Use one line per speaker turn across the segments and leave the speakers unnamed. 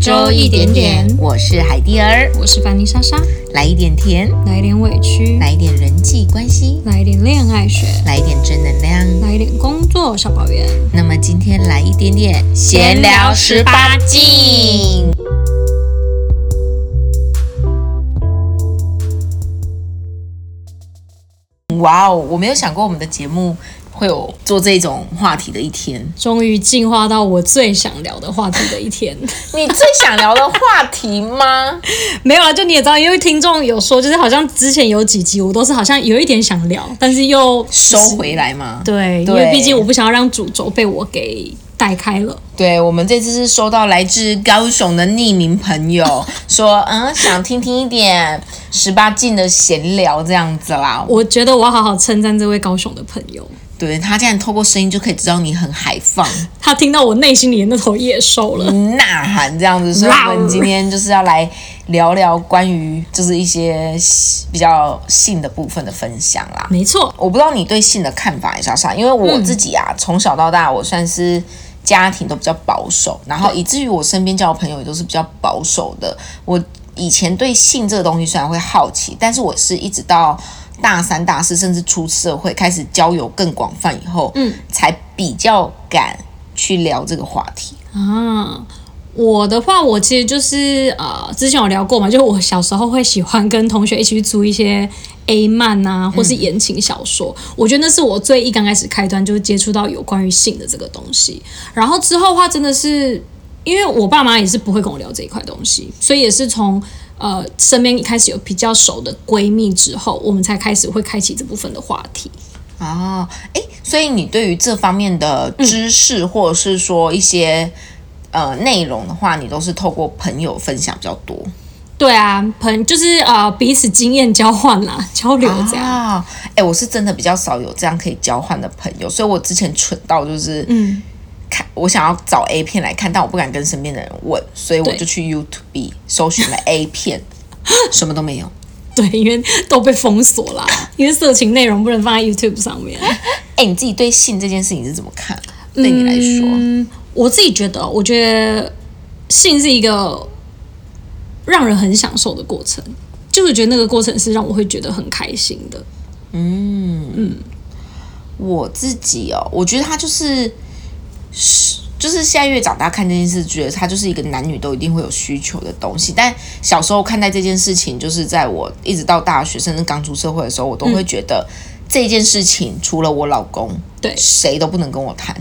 周一点点
我是海蒂儿，
我是凡妮莎莎，
来一点甜，
来一点委屈，
来一点人际关系，
来一点恋爱学，
来一点正能量。
来一点工作小抱怨。
那么今天来一点点
闲聊18
禁。哇哦，我没有想过我们的节目会有做这种话题的一天。
终于进化到我最想聊的话题的一 天，
你最想聊的话题吗？
没有啊啦，就你也知道，因为听众有说，就是好像之前有几集我都是好像有一点想聊，但是又
收回来吗？
对，因
对
为毕竟我不想要让主轴被我给带开了。
对我们这次是收到来自高雄的匿名朋友说，嗯，想听听一点十八禁的闲聊这样子啦。
我觉得我要好好称赞这位高雄的朋友，
对他竟然透过声音就可以知道你很海放，
他听到我内心里的那头野兽了。
呐喊这样子。所以我们今天就是要来聊聊关于就是一些比较性的部分的分享啦。
没错，
我不知道你对性的看法，莎莎，因为我自己啊，从、小到大我算是家庭都比较保守，然后以至于我身边交的朋友也都是比较保守的。我以前对性这个东西虽然会好奇，但是我是一直到大三、大四，甚至出社会开始交友更广泛以后，嗯，才比较敢去聊这个话题。
啊，我的话，我其实就是呃，之前有聊过嘛，就是我小时候会喜欢跟同学一起去租一些 A 漫啊，或是言情小说。我觉得那是我最一刚开始开端，就是接触到有关于性的这个东西。然后之后的话，真的是因为我爸妈也是不会跟我聊这一块东西，所以也是从。呃，身边开始有比较熟的闺蜜之后，我们才开始会开启这部分的话题。
哦，诶，所以你对于这方面的知识，或者是说一些呃内容的话，你都是透过朋友分享比较多。
对啊，朋就是呃彼此经验交换啦，交流这样。
啊，哎、我是真的比较少有这样可以交换的朋友，所以我之前蠢到就是，
嗯，
看我想要找 A 片来看，但我不敢跟身边的人问，所以我
对
就去 YouTube 搜寻了 A 片，什么都没有。
对，因为都被封锁 啦，因为色情内容不能放在 YouTube 上面。
哎、你自己对性这件事情是怎么看？对你来说，
嗯我自己觉得，我觉得性是一个让人很享受的过程，就是觉得那个过程是让我会觉得很开心的。
我自己哦，我觉得他就是是。就是现在越长大看这件事，觉得它就是一个男女都一定会有需求的东西。但小时候看待这件事情，就是在我一直到大学，甚至刚出社会的时候，我都会觉得这件事情除了我老公，
嗯对啊
谁都不能跟我谈，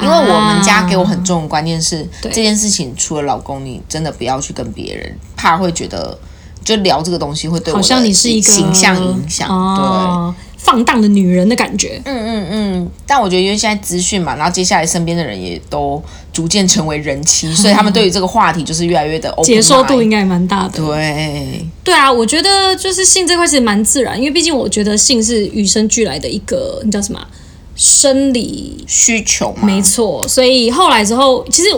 因为我们家给我很重的观念是，
对
这件事情除了老公，你真的不要去跟别人，怕会觉得就聊这个东西会对我
好
的
像你是一个
形象影响，对。
哦、放荡的女人的感觉。
嗯嗯嗯，但我觉得因为现在资讯嘛，然后接下来身边的人也都逐渐成为人妻，所以他们对于这个话题就是越来越的 open
接受度
mind
应该也蛮大的，
对，
对啊，我觉得就是性这块其实蛮自然，因为毕竟我觉得性是与生俱来的一个，你叫什么啊生理
需求嘛，
没错，所以后来之后，其实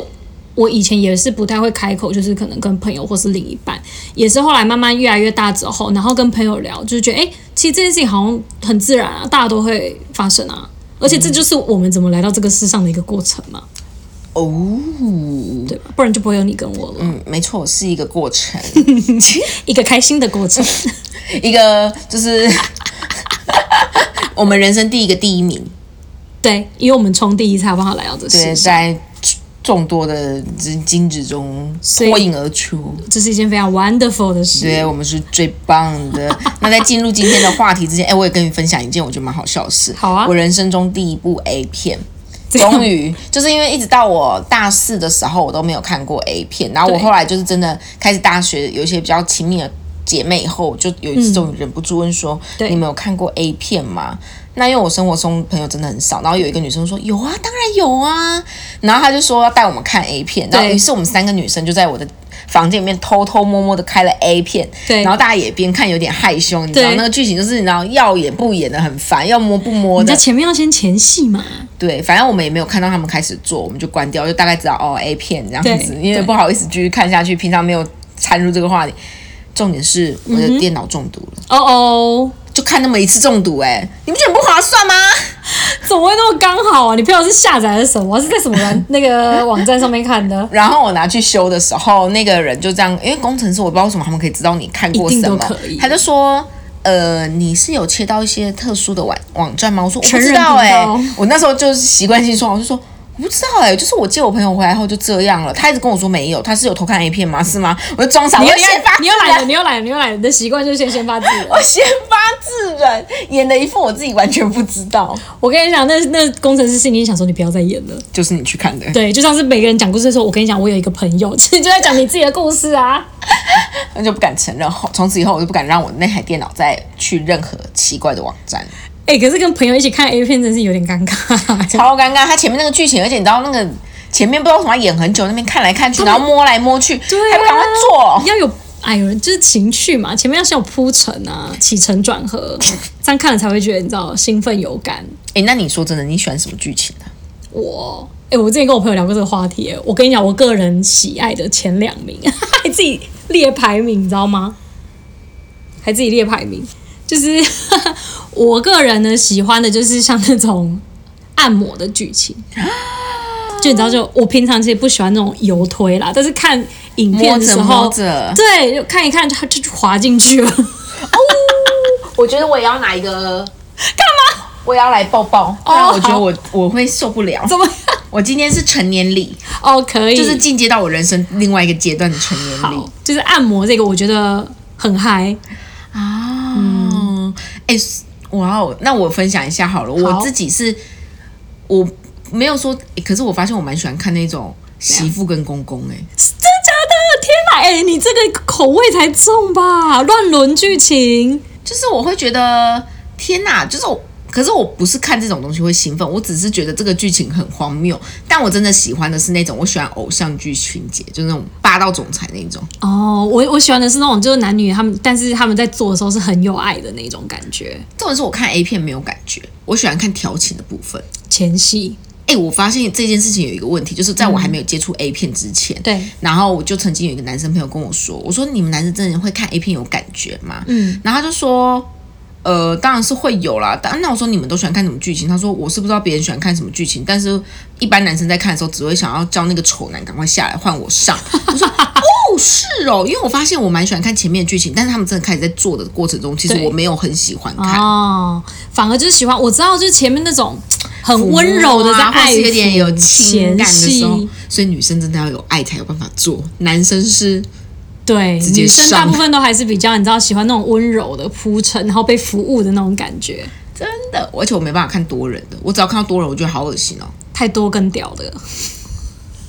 我以前也是不太会开口，就是可能跟朋友或是另一半，也是后来慢慢越来越大之后，然后跟朋友聊，就是觉得哎、诶其实这件事情好像很自然啊，大家都会发生啊，而且这就是我们怎么来到这个世上的一个过程嘛，
哦，
对吧？不然就不会有你跟我了，
嗯，没错，是一个过程，
一个开心的过程。
一个就是 我们人生第一个第一名，
对，因为我们从第一才有办法来到这世
对，
上，
在众多的金金子中
所以
脱颖而出。
这是一件非常 wonderful 的事。
对，我们是最棒的。那在进入今天的话题之前，哎、我也跟你分享一件我觉得蛮好笑的事。
好啊
我人生中第一部 A 片。
这 样
终于，就是因为一直到我大四的时候，我都没有看过 A 片。然后我
对
后来就是真的开始大学有一些比较亲密的姐妹以后，我就有一次终于忍不住问说：“
嗯对
你们有看过 A 片吗？”那因为我生活中朋友真的很少，然后有一个女生说：“有啊，当然有啊。”然后她就说要带我们看 A 片，然后
对
于是我们三个女生就在我的房间里面偷偷摸摸的开了 A 片，
对
然后大家也边看有点害羞，你知道
对
那个剧情就是你知道要演不演的很烦，要摸不摸
你在
的，
前面要先前戏嘛，
对，反正我们也没有看到他们开始做，我们就关掉，就大概知道哦 A 片这样子，
对
因为
对
不好意思继续看下去，平常没有掺入这个话题。重点是我
嗯
的电脑中毒了，
哦哦，
就看那么一次中毒、欸，哎，你不觉得很不划算吗？
怎么会那么刚好啊？你朋友是下载的什么？是在什么软那个网站上面看 的？
然后我拿去修的时候，那个人就这样，因为工程师我不知道为什么他们可以知道你看过
一定
什
都
么
可以，
他就说。呃，你是有切到一些特殊的网网站吗？我说我不
成人
知道
频
哎、
道
我那时候就是习惯性说，我就说我不知道哎、就是我借我朋友回来后就这样了。他一直跟我说没有，他是有偷看 A 片吗？是吗？我就装傻，我
你又
就
先
先发，
你又来了，你又来了，你又来了，你的习惯就是先先发制人。
我先发制人，演的一副我自己完全不知道，
我跟你讲，那那工程师心里想说，你不要再演了。
就是你去看的。
对，就像是每个人讲故事的时候，我跟你讲，我有一个朋友， 其实就在讲你自己的故事啊。
那就不敢承认。后从此以后，我就不敢让我那台电脑再去任何奇怪的网站，
哎、可是跟朋友一起看 A 片真是有点尴尬。
超尴尬。它前面那个剧情，而且你知道那个前面不知道为什么要演很久，那边看来看去，然后摸来摸去，
对、啊，
还不赶快做。
要有哎呦，就是情趣嘛，前面要先有铺陈啊，起承转合，这样看了才会觉得你知道兴奋有感。
哎，那你说真的，你喜欢什么剧情啊？
我哎、我之前跟我朋友聊过这个话题，哎我跟你讲，我个人喜爱的前两名， 还自己列排名，你知道吗？还自己列排名，就是 我个人呢喜欢的就是像那种按摩的剧情。就你知道，就我平常其实不喜欢那种油推啦，但是看影片
摸
的时
着
候，
摸着，
对，就看一看就就就滑进去了。
我觉得我也要拿一个干嘛？我也要来抱抱，不然我觉得我我会受不了。
哦怎么样？
我今天是成年礼，
哦，可以，
就是进阶到我人生另外一个阶段的成年礼。
好，就是按摩这个，我觉得很嗨。
啊，哎、哇哦，那我分享一下好了，
好
我自己是我没有说、诶可是我发现我蛮喜欢看那种媳妇跟公公、诶
真的假的？天哪！哎、你这个口味才重吧？乱伦剧情，
就是我会觉得天哪，就是我。可是我不是看这种东西会兴奋，我只是觉得这个剧情很荒谬。但我真的喜欢的是那种，我喜欢偶像剧情节，就那种霸道总裁那种。
哦，我我喜欢的是那种，就是男女他们，但是他们在做的时候是很有爱的那种感觉。
重点是我看 A 片没有感觉，我喜欢看调情的部分。
前戏，
哎、我发现这件事情有一个问题，就是在我还没有接触 A 片之前，
嗯对
然后我就曾经有一个男生朋友跟我说，我说你们男生真的会看 A 片有感觉吗？
嗯，
然后他就说，呃，当然是会有啦。但啊那我说你们都喜欢看什么剧情？他说我是不知道别人喜欢看什么剧情，但是一般男生在看的时候只会想要叫那个丑男赶快下来换我上。我说哦是哦，因为我发现我蛮喜欢看前面的剧情，但是他们真的开始在做的过程中，其实
对
我没有很喜欢看。
哦，反而就是喜欢，我知道，就是前面那种很温柔的在
啊，或
爱
是
抚，
有点有情感的
前
时候
戏，，
所以女生真的要有爱才有办法做，男生是
对，
接
女生
上
大部分都还是比较你知道喜欢那种温柔的铺陈，然后被服务的那种感觉，
真的，而且我没办法看多人的，我只要看到多人，我觉得好恶心哦。
太多更屌的。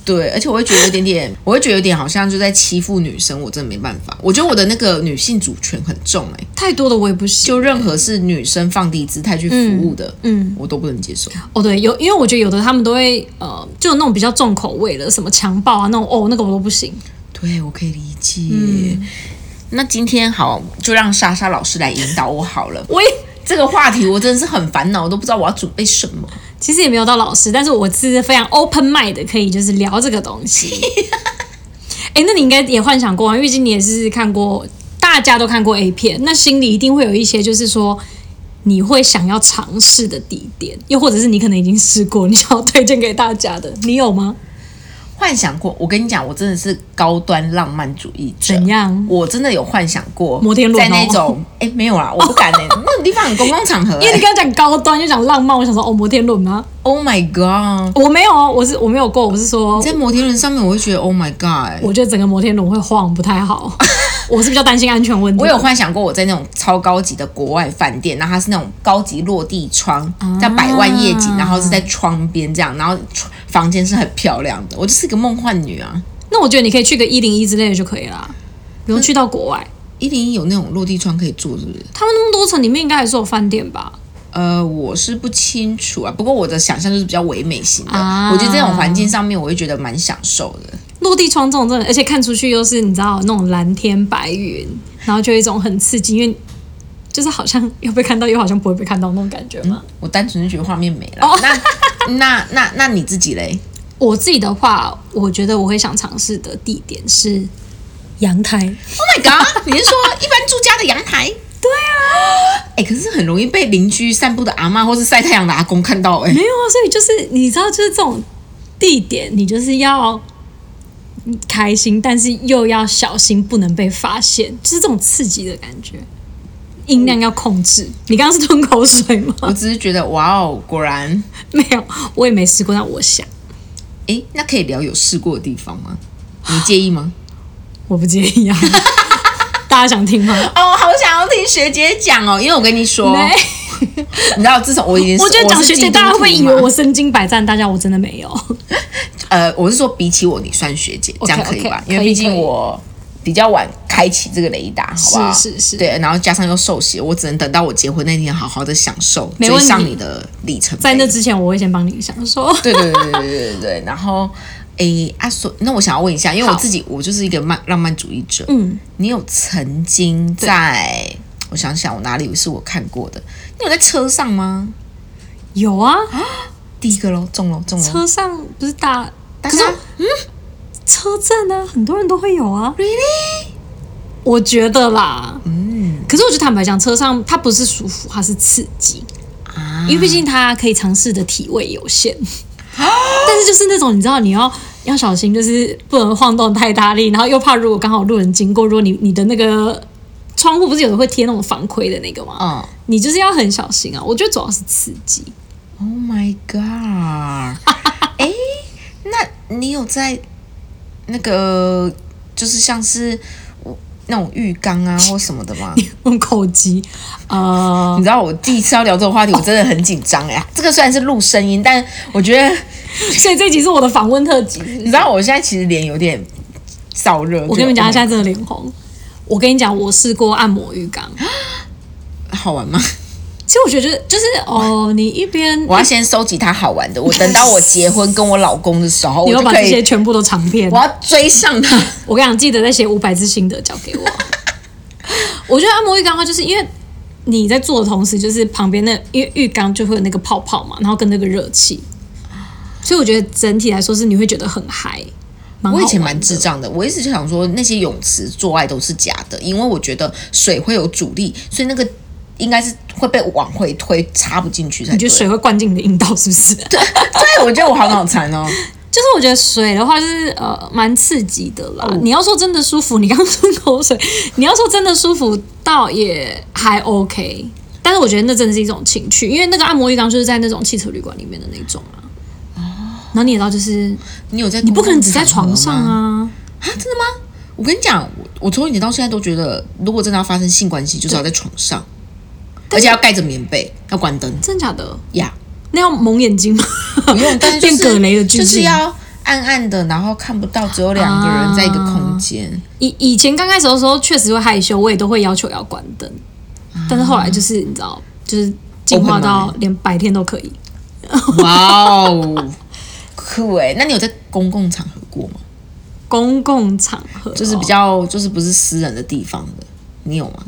对，而且我会觉得有点点， 我会觉得有点好像就在欺负女生，我真的没办法。我觉得我的那个女性主权很重哎、
太多的我也不行。
就任何是女生放低姿态去服务的，
嗯，
我都不能接受。
哦，对，有，因为我觉得有的他们都会，呃，就有那种比较重口味的，什么强暴啊，那种哦，那个我都不行。
对，我可以理解。嗯那今天好，就让莎莎老师来引导我好了。
我也
这个话题我真的是很烦恼，我都不知道我要准备什么。
其实也没有到老师，但是我是非常 open mind 的，可以就是聊这个东西。 哎，那你应该也幻想过啊，因为毕竟你也是看过，大家都看过 A 片，那心里一定会有一些就是说。你会想要尝试的地点，又或者是你可能已经试过，你想要推荐给大家的，你有吗？
幻想过，我跟你讲，我真的是高端浪漫主义者。
怎样
我真的有幻想过
摩天轮哦
在那 种哎、没有啦，我不敢哎、那种地方很公共场合、
因为你
欸。
刚刚讲高端又讲浪漫，我想说哦，摩天轮吗？
Oh my god！
我没有哦，我是我没有过，我是说，
在摩天轮上面，我会觉得 Oh my god！
我觉得整个摩天轮会晃不 太好，我是比较担心安全问题。
我有幻想过我在那种超高级的国外饭店，然后它是那种高级落地窗，
啊
在百万夜景，然后是在窗边这样，然后窗房间是很漂亮的。我就是个梦幻女啊！
那我觉得你可以去个一零一之类的就可以啦，不用去到国外。
一零一有那种落地窗可以坐，是不是？
他们那么多层里面应该还是有饭店吧？
呃，我是不清楚啊，不过我的想象就是比较唯美型的，
啊
我觉得这种环境上面，我会觉得蛮享受的。
落地窗这种真的，而且看出去又是你知道那种蓝天白云，然后就有一种很刺激，因为就是好像又被看到，又好像不会被看到那种感觉嘛。
我单纯是觉得画面美了。那那那那你自己嘞？
我自己的话，我觉得我会想尝试的地点是阳台。
Oh my god！你是说一般住家的阳台？哎、可是很容易被邻居散步的阿嬷或是晒太阳的阿公看到、哎，
没有啊，所以就是你知道，就是这种地点，你就是要开心，但是又要小心，不能被发现，就是这种刺激的感觉，音量要控制。你刚刚是吞口水
我
吗？
只是觉得哇哦，果然，
没有，我也没试过，但我想
哎、那可以聊有试过的地方吗？你介意吗？
我不介意啊。 大家想听吗？
哦，好想要听学姐讲哦，因为我跟你说，
没，
你知道，自从我已经是
我觉得讲学姐，大家会不会以为
我是基督徒嘛
我身经百战？大家我真的没有。
呃，我是说比起我，你算学姐，这样可以吧
OK，
因为
可以
毕竟
可以
我比较晚开启这个雷达，好不好？
是是是
对，然后加上又受洗，我只能等到我结婚那天好好的享受，
没
追
问题
上你的里程碑。
在那之前，我会先帮你想说，
对对对对对对对对。然后，诶，啊，所那我想要问一下，因为我
好
自己我就是一个慢浪漫主义者，
嗯，
你有曾经在我想想，我哪里是我看过的？你有在车上吗？
有啊，
哦第一个喽，中喽，中喽。
车上不是大，
大
可
家
是车站呢、啊，很多人都会有啊。
really
我觉得啦，嗯，可是我觉得坦白讲，车上它不是舒服，它是刺激，
啊，
因为毕竟它可以尝试的体位有 限。但是就是那种你知道你要要小心，就是不能晃动太大力，然后又怕如果刚好路人经过，如果你你的那个窗户不是有的会贴那种防窥的那个吗？
嗯
你就是要很小心啊。我觉得主要是刺激，
，Oh my god！哎、那你有在那个就是像是我那种浴缸 啊或什么的吗？
用口机，呃，
你知道我第一次要聊这个话题，我真的很紧张哎呀。这个虽然是录声音，但我觉得
所以这一集是我的访问特辑。
你知道我现在其实脸有点燥热。
我跟你们讲，
觉
现
得
在真的脸红。我跟你讲，我试过按摩浴缸，
嗯好玩吗？
其实我觉得就是哦，你一边
我要先收集它好玩的，我等到我结婚跟我老公的时候，
你
我
要
就
把
可
这些
以，
全部都尝遍
我。要追上它。
我跟你讲，记得再写五百字心得交给 我。我觉得按摩浴缸的话，就是因为你在做的同时，就是旁边那因为浴缸就会有那个泡泡嘛，然后跟那个热气，所以我觉得整体来说是你会觉得很嗨。蛮好
我以前
玩
蛮
的
智障的，我一直就想说那些泳池做爱都是假的，因为我觉得水会有阻力，所以那个应该是会被往回推，插不进去才
你
对
觉得。水会 灌进你的阴道是不是？
对，我觉得我好脑残哦。
就是我觉得水的话，就是呃，蛮刺激的啦。
哦
你要说真的舒服，你刚刚吞口水， 你要说真的舒服，倒也还 OK。但是我觉得那真的是一种情趣，因为那个按摩浴缸就是在那种汽车旅馆里面的那种啊。然后你也知道，就是
你有在？
你不可能只在床上！啊。
啊，真的吗？我跟你讲，我我从以前到现在都觉得，如果真的要发生性关系，就是要在床上，而且要盖着棉被，要关灯
真假的？
呀。
那要蒙眼睛吗？
不 用，但是就
变
是
葛雷的
就
剧
是
情。啊
要暗暗的，然后看不到，只有两个人在一个空间。
以以前刚开始的时候，确实会害羞，我也都会要求要关灯。但是后来就是你知道，就是进化
Open mind
到连白天都可以。
哇哦，酷哎！那你有在公共场合过吗？
公共场合哦
就是比较，就是不是私人的地方的，你有吗？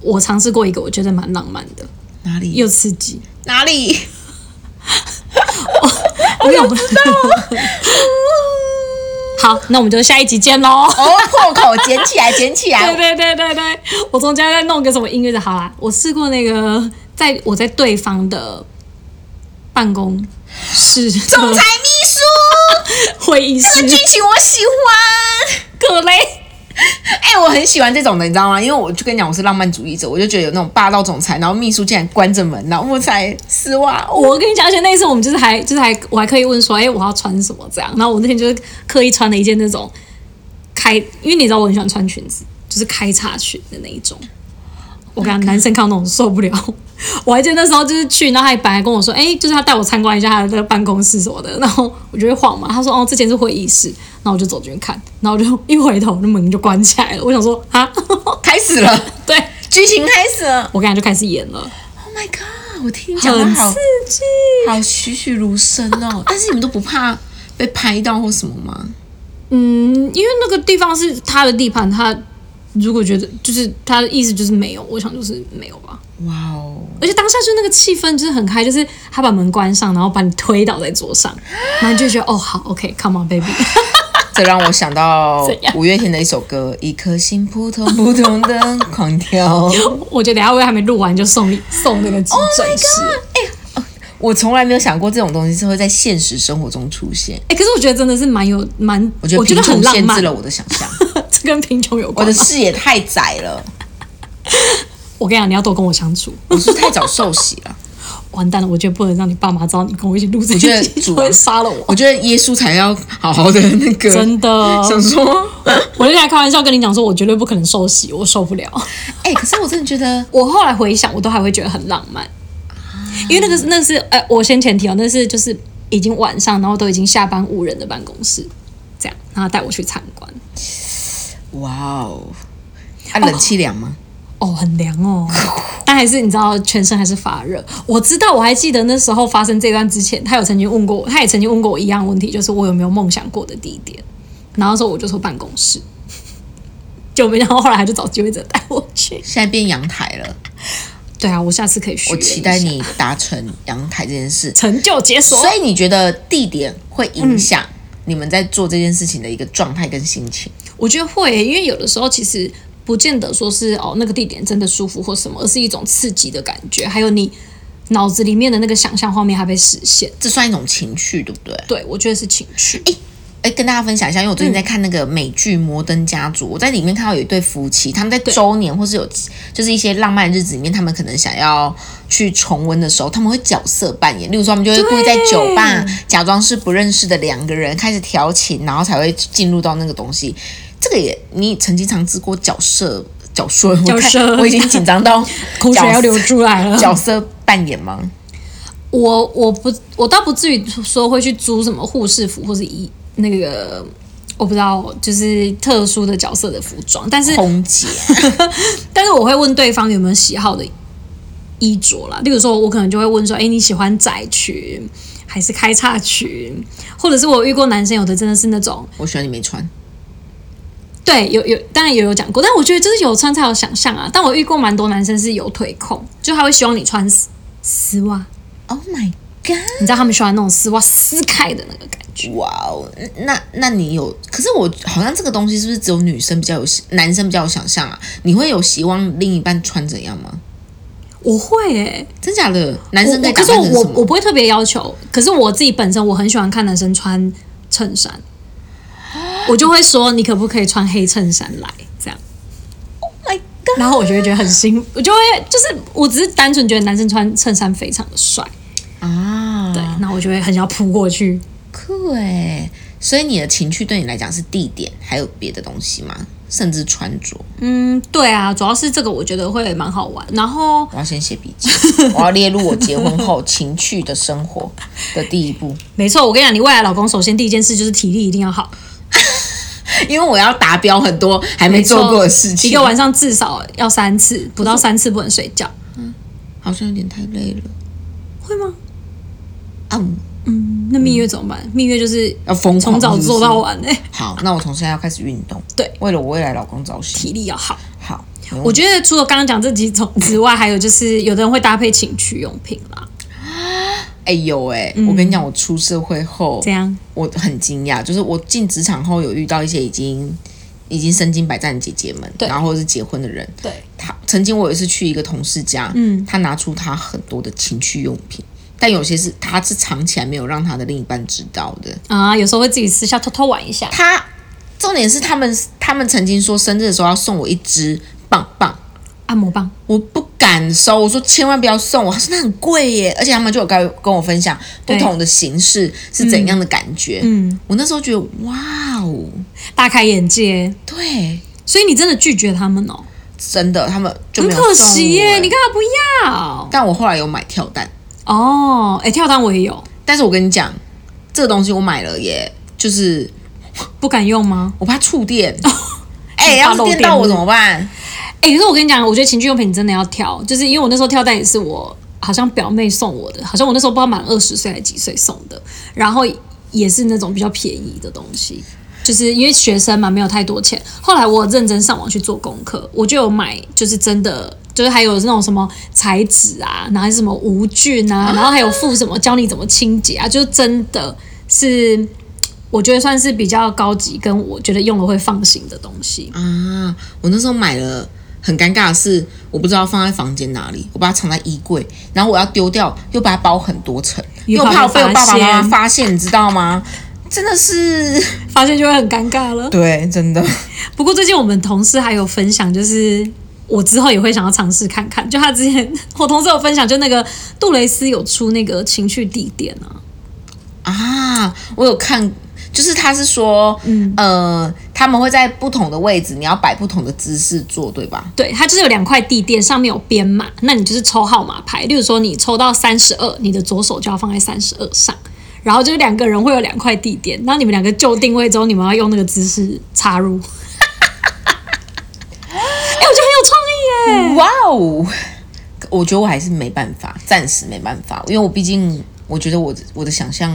我尝试过一个，我觉得蛮浪漫的，
哪里？
又刺激。
哪里？哦
我有 好，那我们就下一集见喽。
哦，破口捡起来，捡起
对
来！
对对对对，我中间再弄个什么音乐的，好啦，我试过那个，在我在对方的办公 室
总裁秘书，
会议
这
室
个 剧情我喜欢。
葛雷，
哎、我很喜欢这种的，你知道吗？因为我就跟你讲，我是浪漫主义者，我就觉得有那种霸道总裁，然后秘书竟然关着门，然后我才丝袜，哦我
我跟你讲，而且那一次我们就是还就是还我还刻意问说，哎、我要穿什么这样？然后我那天就是刻意穿了一件那种开，因为你知道我很喜欢穿裙子，就是开叉裙的那一种。我跟你讲男生看到那种受不了。 我还记得那时候就是去，然后他还本来跟我说，哎、就是他带我参观一下他的那个办公室什么的，然后我就会晃嘛。他说，哦，这间是会议室，然后我就走进去看，然后我就一回头，那门就关起来了。我想说，啊，
开始了，
对
剧情开始了。
我跟他就开始演了，
Oh my god！我听你讲的
很
好
刺激。
好栩栩如生 哦。但是你们都不怕被拍到或什么吗？
嗯，因为那个地方是他的地盘，他如果觉得就是他的意思就是没有，我想就是没有吧。
哇哦！
而且当下就那个气氛就是很嗨，就是他把门关上，然后把你推倒在桌上，然后你就觉得哦好，OK，Come、on baby，
这让我想到
怎样
五月天的一首歌《一颗心扑通扑通的狂 跳》。
我觉得等一下我还没录完就送你送那个急诊室。
Oh 我从来没有想过这种东西是会在现实生活中出现。
哎、可是我觉得真的是蛮有蛮，
我觉得贫
很
穷
浪
限制
漫，
了我的想象，
这跟贫穷有
我
关
的
吗。
视野太窄了，
我跟你讲，你要多跟我相处。
我是不是太早受洗 了。
完蛋了，我觉得不能让你爸妈知道你跟我一起录这
我觉得
些，
主
就 会杀了我。
我觉得耶稣才要好好的哦那个，
真的
想说，
我就在开玩笑跟你讲说，我绝对不可能受洗，我受不了。
哎、可是我真的觉得，
我后来回想，我都还会觉得很浪漫，因为那个是那是哎、我先前提哦，那是就是已经晚上，然后都已经下班无人的办公室，这样，然后带我去参观，
哇哦，啊，冷气凉吗？
哦，很凉哦， 但还是你知道，全身还是发热。我知道，我还记得那时候发生这段之前，他有曾经问过我，他也曾经问过我一样的问题，就是我有没有梦想过的地点，然后那时候我就说办公室。就没想到后来他就找机会者带我去。
现在变阳台了，
对啊，我下次可以许
我
愿一下。
期待你达成阳台这件 事。
成就解锁。
所以你觉得地点会影响你们在做这件事情的一个状态跟心情？
我觉得会耶，因为有的时候其实不见得说是哦那个地点真的舒服或什么，而是一种刺激的感觉，还有你脑子里面的那个想象画面还被实现。
这算一种情绪，对不对？
对，我觉得是情绪。
哎，跟大家分享一下，因为我最
嗯
近在看那个美剧《摩登家族》，我在里面看到有一对夫妻，他们在周年或是有就是一些浪漫日子里面，他们可能想要去重温的时候，他们会角色扮演，例如说，他们就会故意在酒吧假装是不认识的两个人开始调情，然后才会进入到那个东西。这个也，你曾经尝试过角色角色，我
角
看
色
我已经紧张到
口水
角
要
色
流出来了。
角色扮演吗？
我我不我倒不至于说会去租什么护士服或是医那个我不知道，就是特殊的角色的服装，但是
空姐，
但是我会问对方有没有喜好的衣着啦，例如说，我可能就会问说，哎，你喜欢窄裙还是开叉裙？或者是我有遇过男生，有的真的是那种，
我喜欢你没穿。
对，有有，当然也有讲过，但我觉得就是有穿才有想象啊。但我遇过蛮多男生是有腿控，就他会希望你穿丝丝袜，
Oh my god！
你知道他们喜欢那种丝袜撕开的那个感觉。
哇哦，那那你有？可是我好像这个东西是不是只有女生比较有，男生比较有想象啊？你会有希望另一半穿怎样吗？
我会诶、
真假的？男
我
生在
我
打
可是
扮
我
成什
我我
么？
不会特别要求，可是我自己本身我很喜欢看男生穿衬衫，我就会说你可不可以穿黑衬衫来这样，
Oh my god！
然后我就会觉得很兴，我就会就是我只是单纯觉得男生穿衬衫非常的帅，
啊，
对，，那我就会很想要扑过去。
酷哎！所以你的情趣对你来讲是地点，还有别的东西吗？甚至穿着，
嗯，对啊，主要是这个我觉得会蛮好玩，然后
我要先写 笔记，我要列入我结婚后情趣的生活的第一步，
没错，我跟你讲，你未来老公首先第一件事就是体力一定要好，
因为我要达标很多还没做过的事情。
一个晚上至少要三次，不到三次不能睡觉，
好像有点太累了，
会吗？
嗯，
嗯，那蜜月怎么办？蜜月就是
要疯狂
从早
是不是
做到晚哎、
好，那我从现在要开始运动，
对，
为了我未来老公着想。
体力要好。
好，
我觉得除了刚刚讲这几种之外，还有就是有的人会搭配情趣用品啦，
哎有哎，我跟你讲，我出社会后，
这嗯样
我很惊讶，就是我进职场后有遇到一些已经已经身经百战的姐姐们，
对
然后或是结婚的人，
对，
她曾经我有一次去一个同事家，嗯，她拿出她很多的情趣用品。但有些是她是藏起来没有让她的另一半知道的。
啊，有时候会自己私下偷偷玩一下，
她重点是他们他们曾经说生日的时候要送我一支棒棒，
按摩棒，
我不敢收，我说千万不要送我，他说那很贵耶，而且他们就有跟跟我分享不
对
同的形式是怎样的感觉。嗯，我那时候觉得哇哦，
大开眼界。
对，
所以你真的拒绝他们哦，
真的他们就
很
没有
可
送我
惜耶，
耶
你干嘛不要？
但我后来有买跳蛋，
哦，哎、跳蛋我也有，
但是我跟你讲，这个东西我买了耶，就是
不敢用吗？
我怕触 电。哎、
怕
要是
漏
电
电
到我
是
怎么办？
哎、可是我跟你讲，我觉得情趣用品真的要挑，就是因为我那时候跳蛋也是我好像表妹送我的，好像我那时候不知道满二十岁还是几岁送的，然后也是那种比较便宜的东西，就是因为学生嘛，没有太多钱。后来我认真上网去做功课，我就有买，就是真的。就是还有那种什么材质啊，然后还是什么无菌啊，然后还有附什么教你怎么清洁啊，就是真的是我觉得算是比较高级，跟我觉得用了会放心的东西。
啊，我那时候买了，很尴尬的是，我不知道放在房间哪里，我把它藏在衣柜，然后我要丢掉，又把它包很多层，因为我怕我被我爸爸妈妈发现，你知道吗？真的是，
发现就会很尴尬了。
对，真的，
不过最近我们同事还有分享，就是我之后也会想要尝试看看。就他之前， 我同事有分享，就那个杜蕾斯有出那个情趣地点啊，
啊，我有看，就是他是说，嗯呃，他们会在不同的位置，你要摆不同的姿势做，对吧？
对，它就是有两块地垫，上面有编码，那你就是抽号码牌。例如说，你抽到三十二，你的左手就要放在三十二上，然后就是两个人会有两块地垫，然后你们两个就定位之后，你们要用那个姿势插 入。哎、我觉得很有创意耶！
哇哦，我觉得我还是没办法，暂时没办法，因为我毕竟我觉得我我的想象，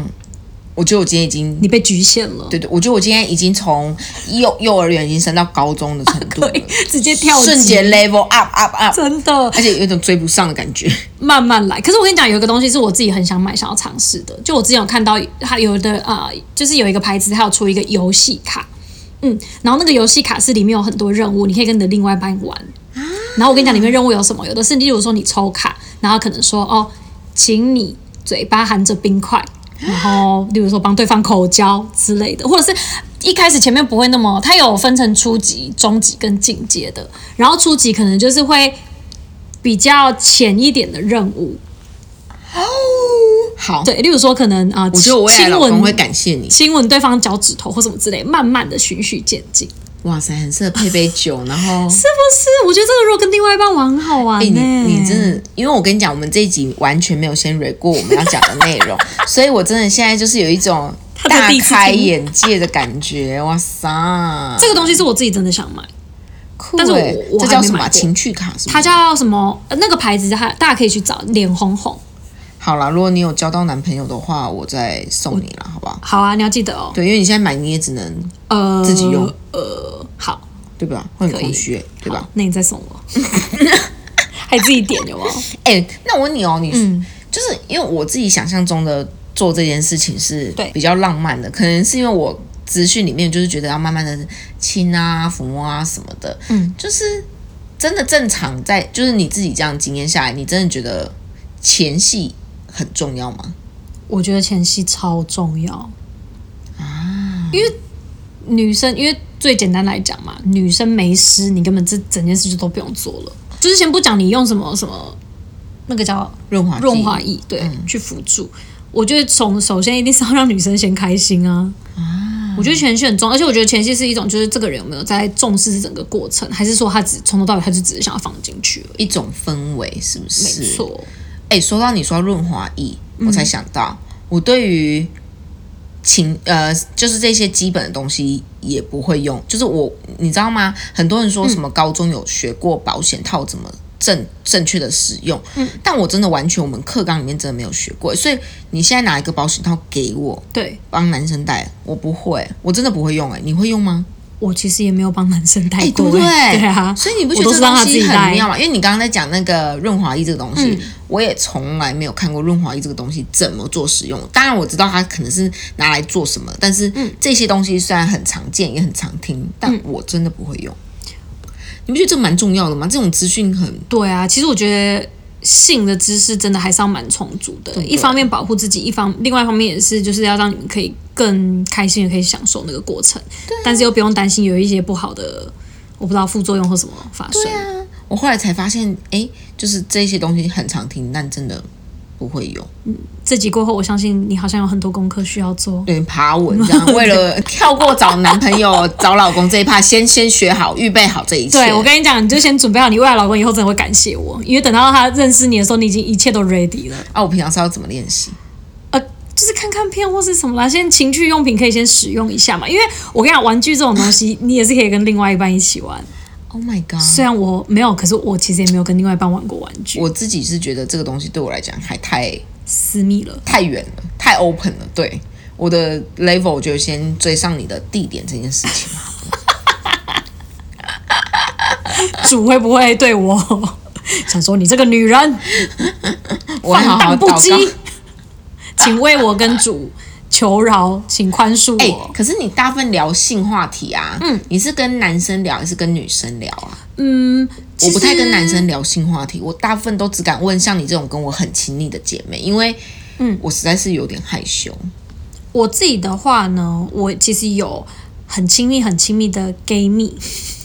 我觉得我今天已经
你被局限了，
对对，我觉得我今天已经从幼幼儿园已经升到高中的程度了，
对，直接跳级
瞬间 level up up up，
真的
而且有一种追不上的感觉。
慢慢来。可是我跟你讲，有一个东西是我自己很想买、想要尝试的。就我之前有看到，它有的啊、呃就是有一个牌子，它有出一个游戏卡，嗯，然后那个游戏卡是里面有很多任务，你可以跟你的另外一半玩。然后我跟你讲，里面任务有什么？有的是，例如说你抽卡，然后可能说哦，请你嘴巴含着冰块，然后例如说帮对方口交之类的，或者是一开始前面不会那么，它有分成初级、中级跟进阶的。然后初级可能就是会比较浅一点的任务，
好，
哦对，例如说可能啊，呃
我觉得我未来
亲
老
吻
公会感谢你。
亲吻对方脚趾头或什么之类，慢慢的循序渐进，是
哇塞，很适合配杯酒，然 后。
不是？我觉得这个如果跟另外一半玩很好玩
哎、
呢、
你你真的，因为我跟你讲，我们这一集完全没有先蕊过我们要讲的内容， 所以我真的现在就是有一种
他的
大
第一次
开
听
眼界的感觉，哇塞！
这个东西是我自己真的想买，
酷
但是我
欸
我
这
还
叫
没
什么
买
啊
过
情趣卡是吗？
它叫什么？呃那个牌子它大家可以去找，脸红红。
好啦，如果你有交到男朋友的话，我再送你啦，好不好？
好啊，你要记得哦。
对，因为你现在买你也只能
呃，
自己用，
呃，好，
对吧？会很
可以
空虚、欸，对吧
好？？那你再送我， 还自己点有没有？
哎、那我问你哦，你、
嗯
就是因为我自己想象中的做这件事情是
对
比较浪漫的，可能是因为我资讯里面就是觉得要慢慢的亲啊、抚摸啊什么的，
嗯，
就是真的正常在，就是你自己这样经验下来，你真的觉得前戏很重要吗？
我觉得前戏超重要啊，因为女生，因为最简单来讲嘛，女生没湿，你根本这整件事就都不用做了。就是先不讲你用什么什么那个叫
润滑剂
润滑
嗯
液，对，去辅助。我觉得从首先一定是要让女生先开心啊。我觉得前戏很重要，而且我觉得前戏是一种，就是这个人有没有在重视整个过程，还是说他只从头到尾他就只是想要放进去而已？
一种氛围是不是？
没错，
哎、说到你说润滑液，我才想到，我对于情呃，就是这些基本的东西也不会用。就是我，你知道吗？很多人说什么高中有学过保险套怎么正正确的使用，但我真的完全我们课纲里面真的没有学过。所以你现在拿一个保险套给我
对
帮男生戴，我不会，我真的不会用、哎，你会用吗？
我其实也没有帮男生戴
哎，对
过、
不对？
对啊，
所以你不觉得
我都
这
是让
东
他自
西
己嗯
很
戴
妙吗？因为你刚刚在讲那个润滑液这个东西，我也从来没有看过润滑液这个东西怎么做使用。当然我知道它可能是拿来做什么，但是
嗯
这些东西虽然很常见也很常听，但我真的不会用。你不觉得这蛮重要的吗？这种资讯很
对啊，其实我觉得性的知识真的还是要蛮充足的，一方面保护自己，一方另外一方面也是就是要让你们可以更开心，也可以享受那个过程，但是又不用担心有一些不好的。我不知道副作用或什么发生，
我后来才发现，哎，就是这些东西很常听，但真的不会 用。
这集过后，我相信你好像有很多功课需要做。
对，爬文这样，为了跳过找男朋友、 找老公这一趴，先先学好、预备好这一切。
对，我跟你讲，你就先准备好，你未来老公以后真的会感谢我，因为等到他认识你的时候，你已经一切都 ready 了。
啊，我平常是要怎么练习？
呃，就是看看片或是什么啦，先情趣用品可以先使用一下嘛。因为我跟你讲，玩具这种东西，你也是可以跟另外一半一起玩。
Oh my god！
虽然我没有，可是我其实也没有跟另外一半玩过玩具，
我自己是觉得这个东西对我来讲还太
私密了。
太远了，太 open 了。对我的 level 就先追上你的地点这件事情。
主会不会对我 想说你这个女人
我会好
放
好
荡
祷
不
告。
羁？请为我跟主求饶，请宽恕我。
哎、可是你大部分聊性话题啊，嗯，你是跟男生聊还是跟女生聊啊？
嗯，
我不太
其实
跟男生聊性话题，我大部分都只敢问像你这种跟我很亲密的姐妹，因为嗯，我实在是有点害羞。
我自己的话呢，我其实有很亲密、很亲密的 gay 蜜，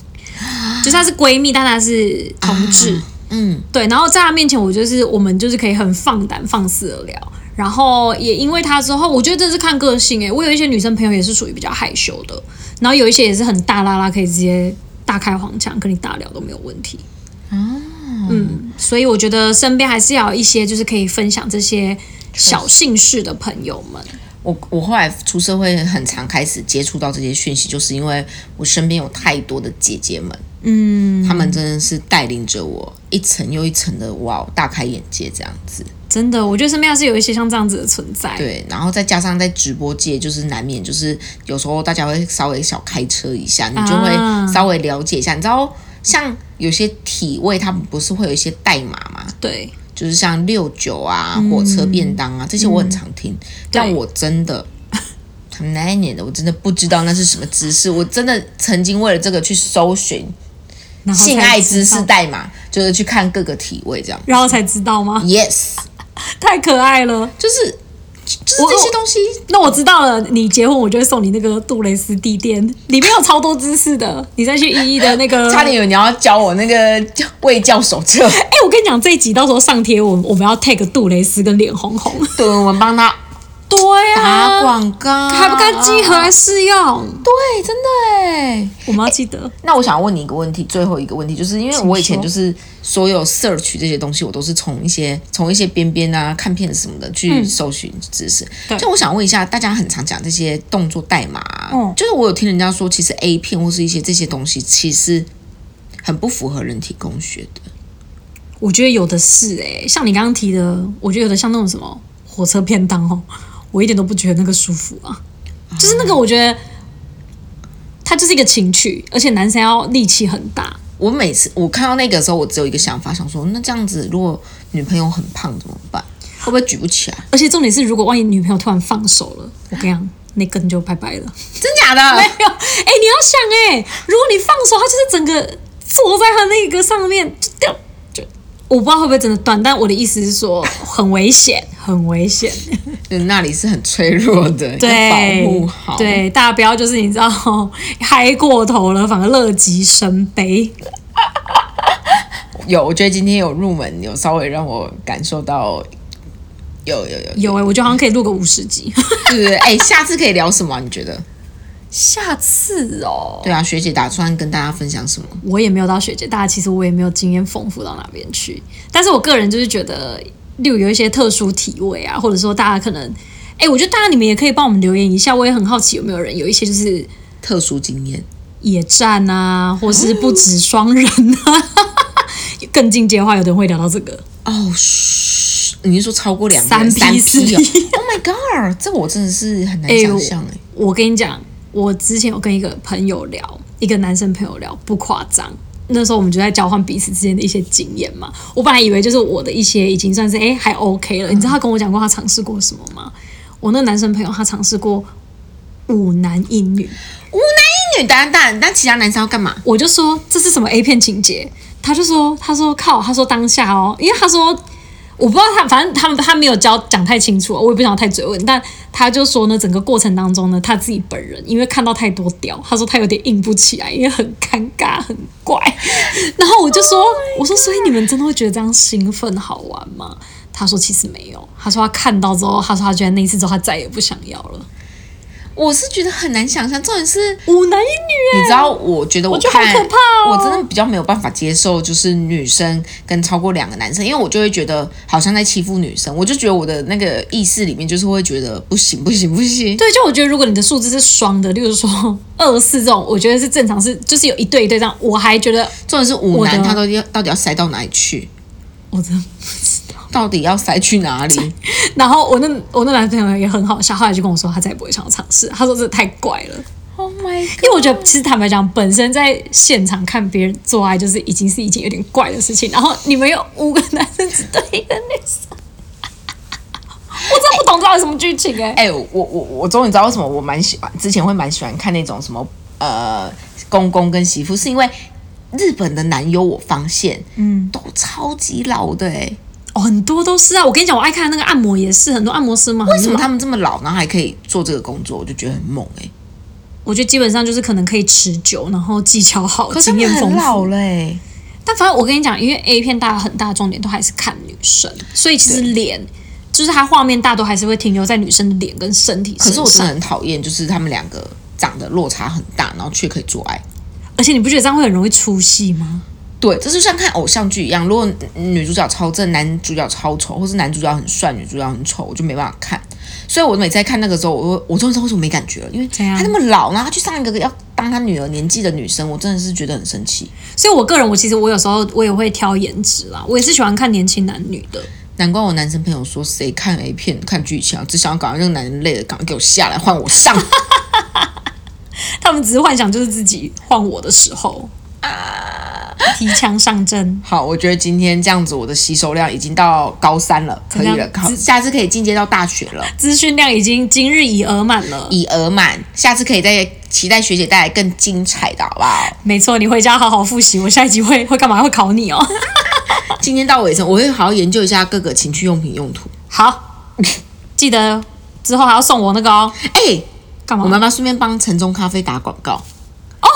就是她是闺蜜，但她是同志。
嗯，
对，然后在她面前，我就是我们就是可以很放胆放肆的聊。然后也因为她之后，我觉得这是看个性诶、我有一些女生朋友也是属于比较害羞的，然后有一些也是很大啦啦，可以直接大开黄腔跟你大聊都没有问题。
啊
嗯，所以我觉得身边还是要有一些就是可以分享这些小姓氏的朋友们。
我我后来出社会很常开始接触到这些讯息，就是因为我身边有太多的姐姐们，嗯，她们真的是带领着我一层又一层的哇大开眼界这样子。
真的，我觉得身边还是有一些像这样子的存在。
对，然后再加上在直播界，就是难免就是有时候大家会稍微小开车一下，你就
啊
会稍微了解一下。你知道，像有些体位，他们不是会有一些代码吗？
对
就是像六九啊、火车便当啊这些，我很常听，但我真的 很难念的，我真的不知道那是什么姿势。我真的曾经为了这个去搜寻
然后才
性爱姿势
知道，
代码，就是去看各个体位这样。
然后才知道吗？
Yes，
太可爱了。
就是就是
我
这些东西。
那我知道了，你结婚我就会送你那个杜蕾斯地垫，里面有超多姿势的，你再去一一的那个
差点以为你要教我那个 教卫教手册，
哎、我跟你讲，这一集到时候上贴我，我们要 tag 杜蕾斯跟脸红红。
对，我们帮他
对
打
啊，
广告，
还不该集合来试用，
对，真的哎。
我们要记得。
那我想问你一个问题，最后一个问题，就是因为我以前
请说
就是所有 search 这些东西，我都是从一些从一些边边啊、看片什么的去搜寻知识。
嗯对
就我想问一下，大家很常讲这些动作代码啊、
嗯
就是我有听人家说，其实 A 片或是一些这些东西，其实很不符合人体工学的。
我觉得有的是哎、像你刚刚提的，我觉得有的像那种什么火车便当哦，我一点都不觉得那个舒服啊，就是那个我觉得它就是一个情趣，而且男生要力气很大，
我每次我看到那个的时候，我只有一个想法，想说那这样子，如果女朋友很胖怎么办？会不会举不起来？
而且重点是，如果万一女朋友突然放手了，我跟你讲，那根就拜拜了。
真假的？
哎呦，哎，你要想哎、如果你放手，它就是整个坐在它那个上面就掉，就我不知道会不会真的断，但我的意思是说很危险， 很危险。
就那里是很脆弱的，要保护好。，
对，大家不要就是你知道嗨过头了，反而乐极生悲。
有，我觉得今天有入门，有稍微让我感受到，有有有，
有哎、我觉得好像可以录个五十集。
对 对对。哎、下次可以聊什么啊、你觉得？
下次哦，
对啊，学姐打算跟大家分享什么？
我也没有到学姐，大家其实我也没有经验丰富到哪边去。但是我个人就是觉得，例如有一些特殊体位啊，或者说大家可能，哎、我觉得大家你们也可以帮我们留言一下，我也很好奇有没有人有一些就是
特殊经验？
野战啊，或是不止双人啊。 更进阶的话，有的人会聊到这个，
哦，嘘你是说超过两个人
三 P
三 P 哦
四
？Oh my god，这我真的是很难
哎
想
我
象哎、
我跟你讲，我之前有跟一个朋友聊，一个男生朋友聊，不夸张。那时候我们就在交换彼此之间的一些经验嘛。我本来以为就是我的一些已经算是哎、诶还 OK 了。你知道他跟我讲过他尝试过什么吗？我那个男生朋友他尝试过五男一女，
五男一女，当然当然，但其他男生要干嘛？
我就说这是什么 A 片情节？他就说他说靠，他说当下哦，因为他说我不知道他，反正他们他没有教讲太清楚，我也不想太追问，但他就说呢，整个过程当中呢，他自己本人因为看到太多屌，他说他有点硬不起来，因为很尴尬很怪。然后我就 说、我说所以你们真的会觉得这样兴奋好玩吗？他说其实没有，他说他看到之后，他说他觉得那一次之后他再也不想要了。
我是觉得很难想象，重点是
五男一女
你知道，我觉得我
觉得好
看，
可怕哦
我真的比较没有办法接受，就是女生跟超过两个男生，因为我就会觉得好像在欺负女生，我就觉得我的那个意识里面就是会觉得不行不行不行，
对，就我觉得如果你的数字是双的，例如说 二四这种，我觉得是正常，是就是有一对一对这样，我还觉得
重点是五
我的
男他都要到底要塞到哪里去，
我真的。
到底要塞去哪里？
然后我那我那男朋友也很好笑，后来就跟我说他再也不会想要尝试，他说这太怪了，
Oh my
因为我觉得其实坦白讲，本身在现场看别人做爱就是已经是一件有点怪的事情，然后你们有五个男生只对一个女生，真的不懂这到底什么剧情哎、
哎、我我我终于知道为什么我蛮喜欢，之前会蛮喜欢看那种什么呃公公跟媳妇，是因为日本的男优我发现，嗯，都超级老的哎、
哦，很多都是啊。我跟你讲，我爱看的那个按摩也是，很多按摩师嘛，为
为什么？他们这么老，然后还可以做这个工作，我就觉得很猛哎、
我觉得基本上就是可能可以持久，然后技巧好，
可是他
经
们
验丰
很老
富。
了哎、
但反正我跟你讲，因为 A 片大家很大重点都还是看女生，所以其实脸就是它画面大多还是会停留在女生的脸跟身体
可
身
是
上。
我真的很讨厌，就是他们两个长得落差很大，然后却可以做爱。
而且你不觉得这样会很容易出戏吗？
对，这就像看偶像剧一样，如果女主角超正，男主角超丑，或是男主角很帅，女主角很丑，我就没办法看。所以我每次在看那个时候，我我终于知道为什么没感觉了，因为
怎样
她那么老，然后她去上一个要当她女儿年纪的女生，我真的是觉得很生气。
所以我个人，我其实我有时候我也会挑颜值啦，我也是喜欢看年轻男女的。
难怪我男生朋友说，谁看 A 片看剧情啊，只想要赶快让男人累了，赶快给我下来，换我上。
他们只是幻想就是自己换我的时候啊，提枪上阵。
好，我觉得今天这样子，我的吸收量已经到高三了，可以
怎么
了，
样
好，
自
下次可以进阶到大学了。
资讯量已经今日已额满了，
以额满，下次可以再期待学姐带来更精彩的，好不好？
没错，你回家好好复习。我下一集会会干嘛？会考你哦。
今天到尾声，我会好好研究一下各个情趣用品用途。
好， 记得之后还要送我那个哦。
哎、
干嘛？
我们要不要顺便帮城中咖啡打广告？
哦，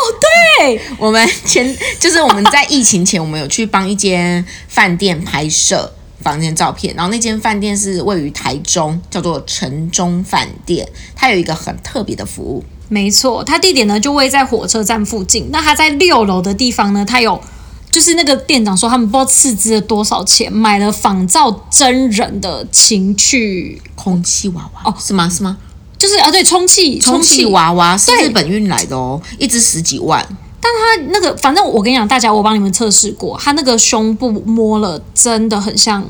对，
我们前 就是我们在疫情前，我们有去帮一间饭店拍摄房间照片，然后那间饭店是位于台中，叫做城中饭店，它有一个很特别的服务。
没错，它地点呢就位在火车站附近。那它在六楼的地方呢，它有。就是那个店长说，他们不知道斥资了多少钱买了仿照真人的情趣，
空气娃娃哦，是吗？是吗？
就是啊，对，充气
充气娃娃是
对
日本运来的哦，一只十几万，
但他那个，反正我跟你讲，大家我帮你们测试过，他那个胸部摸了，真的很像，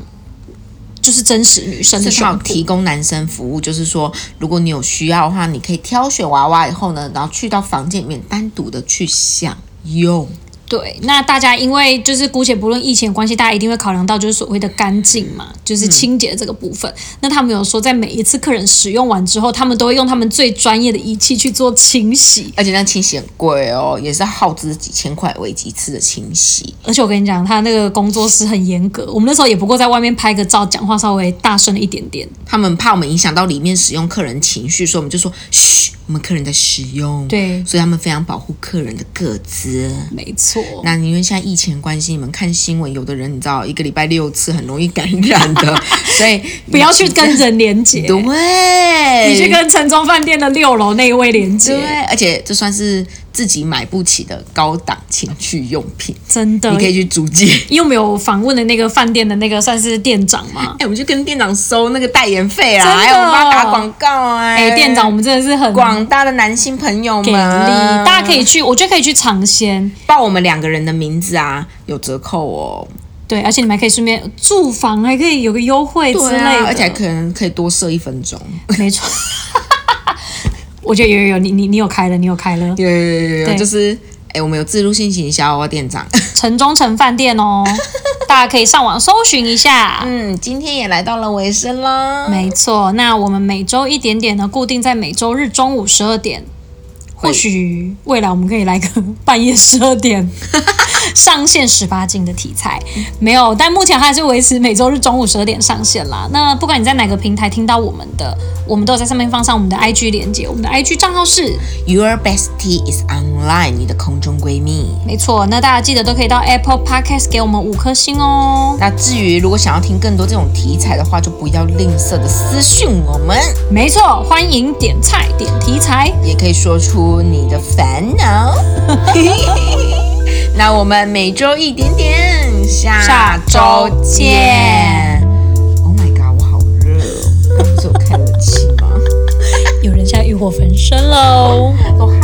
就是真实女生的
这套
胸部。
提供男生服务，就是说，如果你有需要的话，你可以挑选娃娃以后呢，然后去到房间里面单独的去享用。
对，那大家因为就是姑且不论疫情的关系，大家一定会考量到就是所谓的干净嘛，就是清洁这个部分。那他们有说，在每一次客人使用完之后，他们都会用他们最专业的仪器去做清洗。
而且那清洗很贵哦，也是耗资几千块为几次的清洗。
而且我跟你讲，他那个工作室很严格，我们那时候也不过在外面拍个照，讲话稍微大声了一点点。
他们怕我们影响到里面使用客人情绪，所以我们就说：“嘘，我们客人在使用。”
对
所以他们非常保护客人的个资。
没错，
那因为现在疫情的关系，你们看新闻，有的人你知道一个礼拜六次，很容易感染 的，所以
不要去跟人连接。
对，
你去跟城中饭店的六楼那一位连接，
对，而且这算是自己买不起的高档情趣用品，
真的
你可。以去租借。
因为我们有访问的那个饭店的那个算是店长嘛
哎、，我们去跟店长收那个代言费啦，
真的
还有我们帮他打广告哎、
哎、店长，我们真的是很
广大的男性朋友
给
们
力，，大家可以去，我觉得可以去尝鲜，
报我们两个人的名字啊，有折扣哦。
对，而且你们还可以顺便住房，还可以有个优惠之类
啊
的，，
而且还可能可以多设一分钟。
没错。我觉得有有有，你你你有开了，你有开了，
有有有有有，
对
就是哎、我们有自助性行销哦，店长。
城中城饭店哦，大家可以上网搜寻一下。
嗯，今天也来到了尾声啦。
没错，那我们每周一点点呢，固定在每周日中午十二点。或许未来我们可以来个半夜十二 点上线十八禁的题材，没有，但目前还是维持每周日中午十二点上线啦。那不管你在哪个平台听到我们的，我们都有在上面放上我们的 IG 连接，我们的 IG 账号是
Your bestie is online，你的空中闺蜜。
没错。那大家记得都可以到 Apple Podcast 给我们五颗星哦。
那至于如果想要听更多这种题材的话，就不要吝啬的私讯我们，
没错，欢迎点菜点题材，
也可以说出你的烦恼。那我们每周一点点，下周
下周
见
见。
Oh my god，我好热哦！刚不是有开冷气吗？
有人现在欲火焚身喽。
都还